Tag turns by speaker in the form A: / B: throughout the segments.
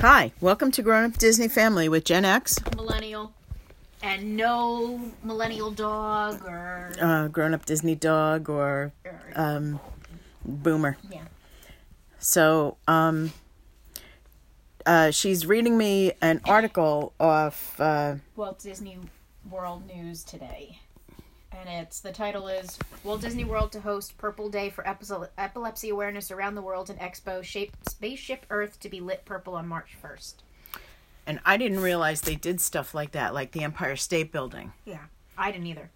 A: Hi, welcome to Grown Up Disney Family with Gen X,
B: millennial and no millennial dog or
A: uh, Grown Up Disney Dog, or
B: or-
A: um, Boomer.
B: yeah
A: So um, uh, she's reading me an article off. Uh,
B: Walt Disney World news today. And it's the title is Walt Disney World to host Purple Day for Episo- epilepsy awareness around the world and Expo shape Spaceship Earth to be lit purple on March 1st.
A: and I didn't realize they did stuff like that, like the Empire State Building.
B: Yeah, I didn't either.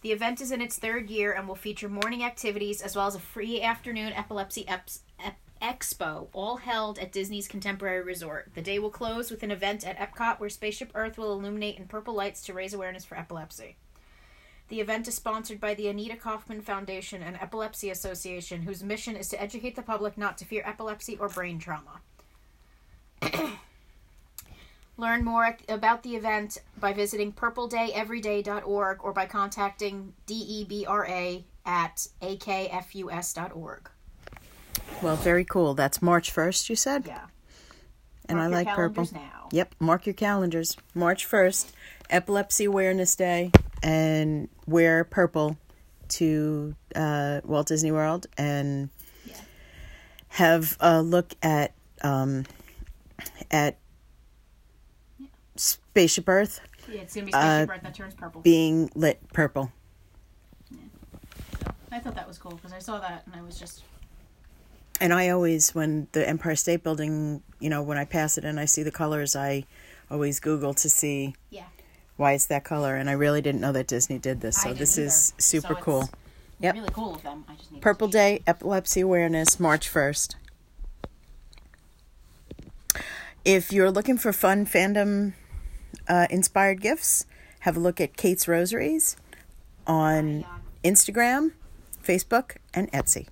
B: The event is in its third year and will feature morning activities as well as a free afternoon epilepsy eps- ep- expo, all held at Disney's Contemporary Resort. The day will close with an event at Epcot where Spaceship Earth will illuminate in purple lights to raise awareness for epilepsy. The event is sponsored by the Anita Kaufman Foundation and Epilepsy Association, whose mission is to educate the public not to fear epilepsy or brain trauma. Learn more ac- about the event by visiting purpledayeveryday.org or by contacting E DEBRA at akfus.org.
A: Well, very cool. That's March 1st, you said?
B: Yeah.
A: and I
B: Mark your
A: like purple.
B: calendars now.
A: Yep, mark your calendars. March 1st, Epilepsy Awareness Day, and wear purple to uh, Walt Disney World and
B: Yeah.
A: have a look at um, at Spaceship Earth
B: Yeah, it's
A: Uh,
B: going to be Spaceship Earth that turns purple.
A: being lit purple.
B: I thought that was cool because I saw that and I was just.
A: And I always, when the Empire State Building, you know, when I pass it and I see the colors, I always Google to see
B: Yeah.
A: why it's that color and i really didn't know that disney did this so
B: I
A: this
B: didn't
A: is
B: either.
A: super
B: So it's
A: cool Yep.
B: Really cool of them. I just need
A: purple day epilepsy awareness march 1st if you're looking for fun fandom uh, inspired gifts have a look at kate's rosaries on instagram facebook and etsy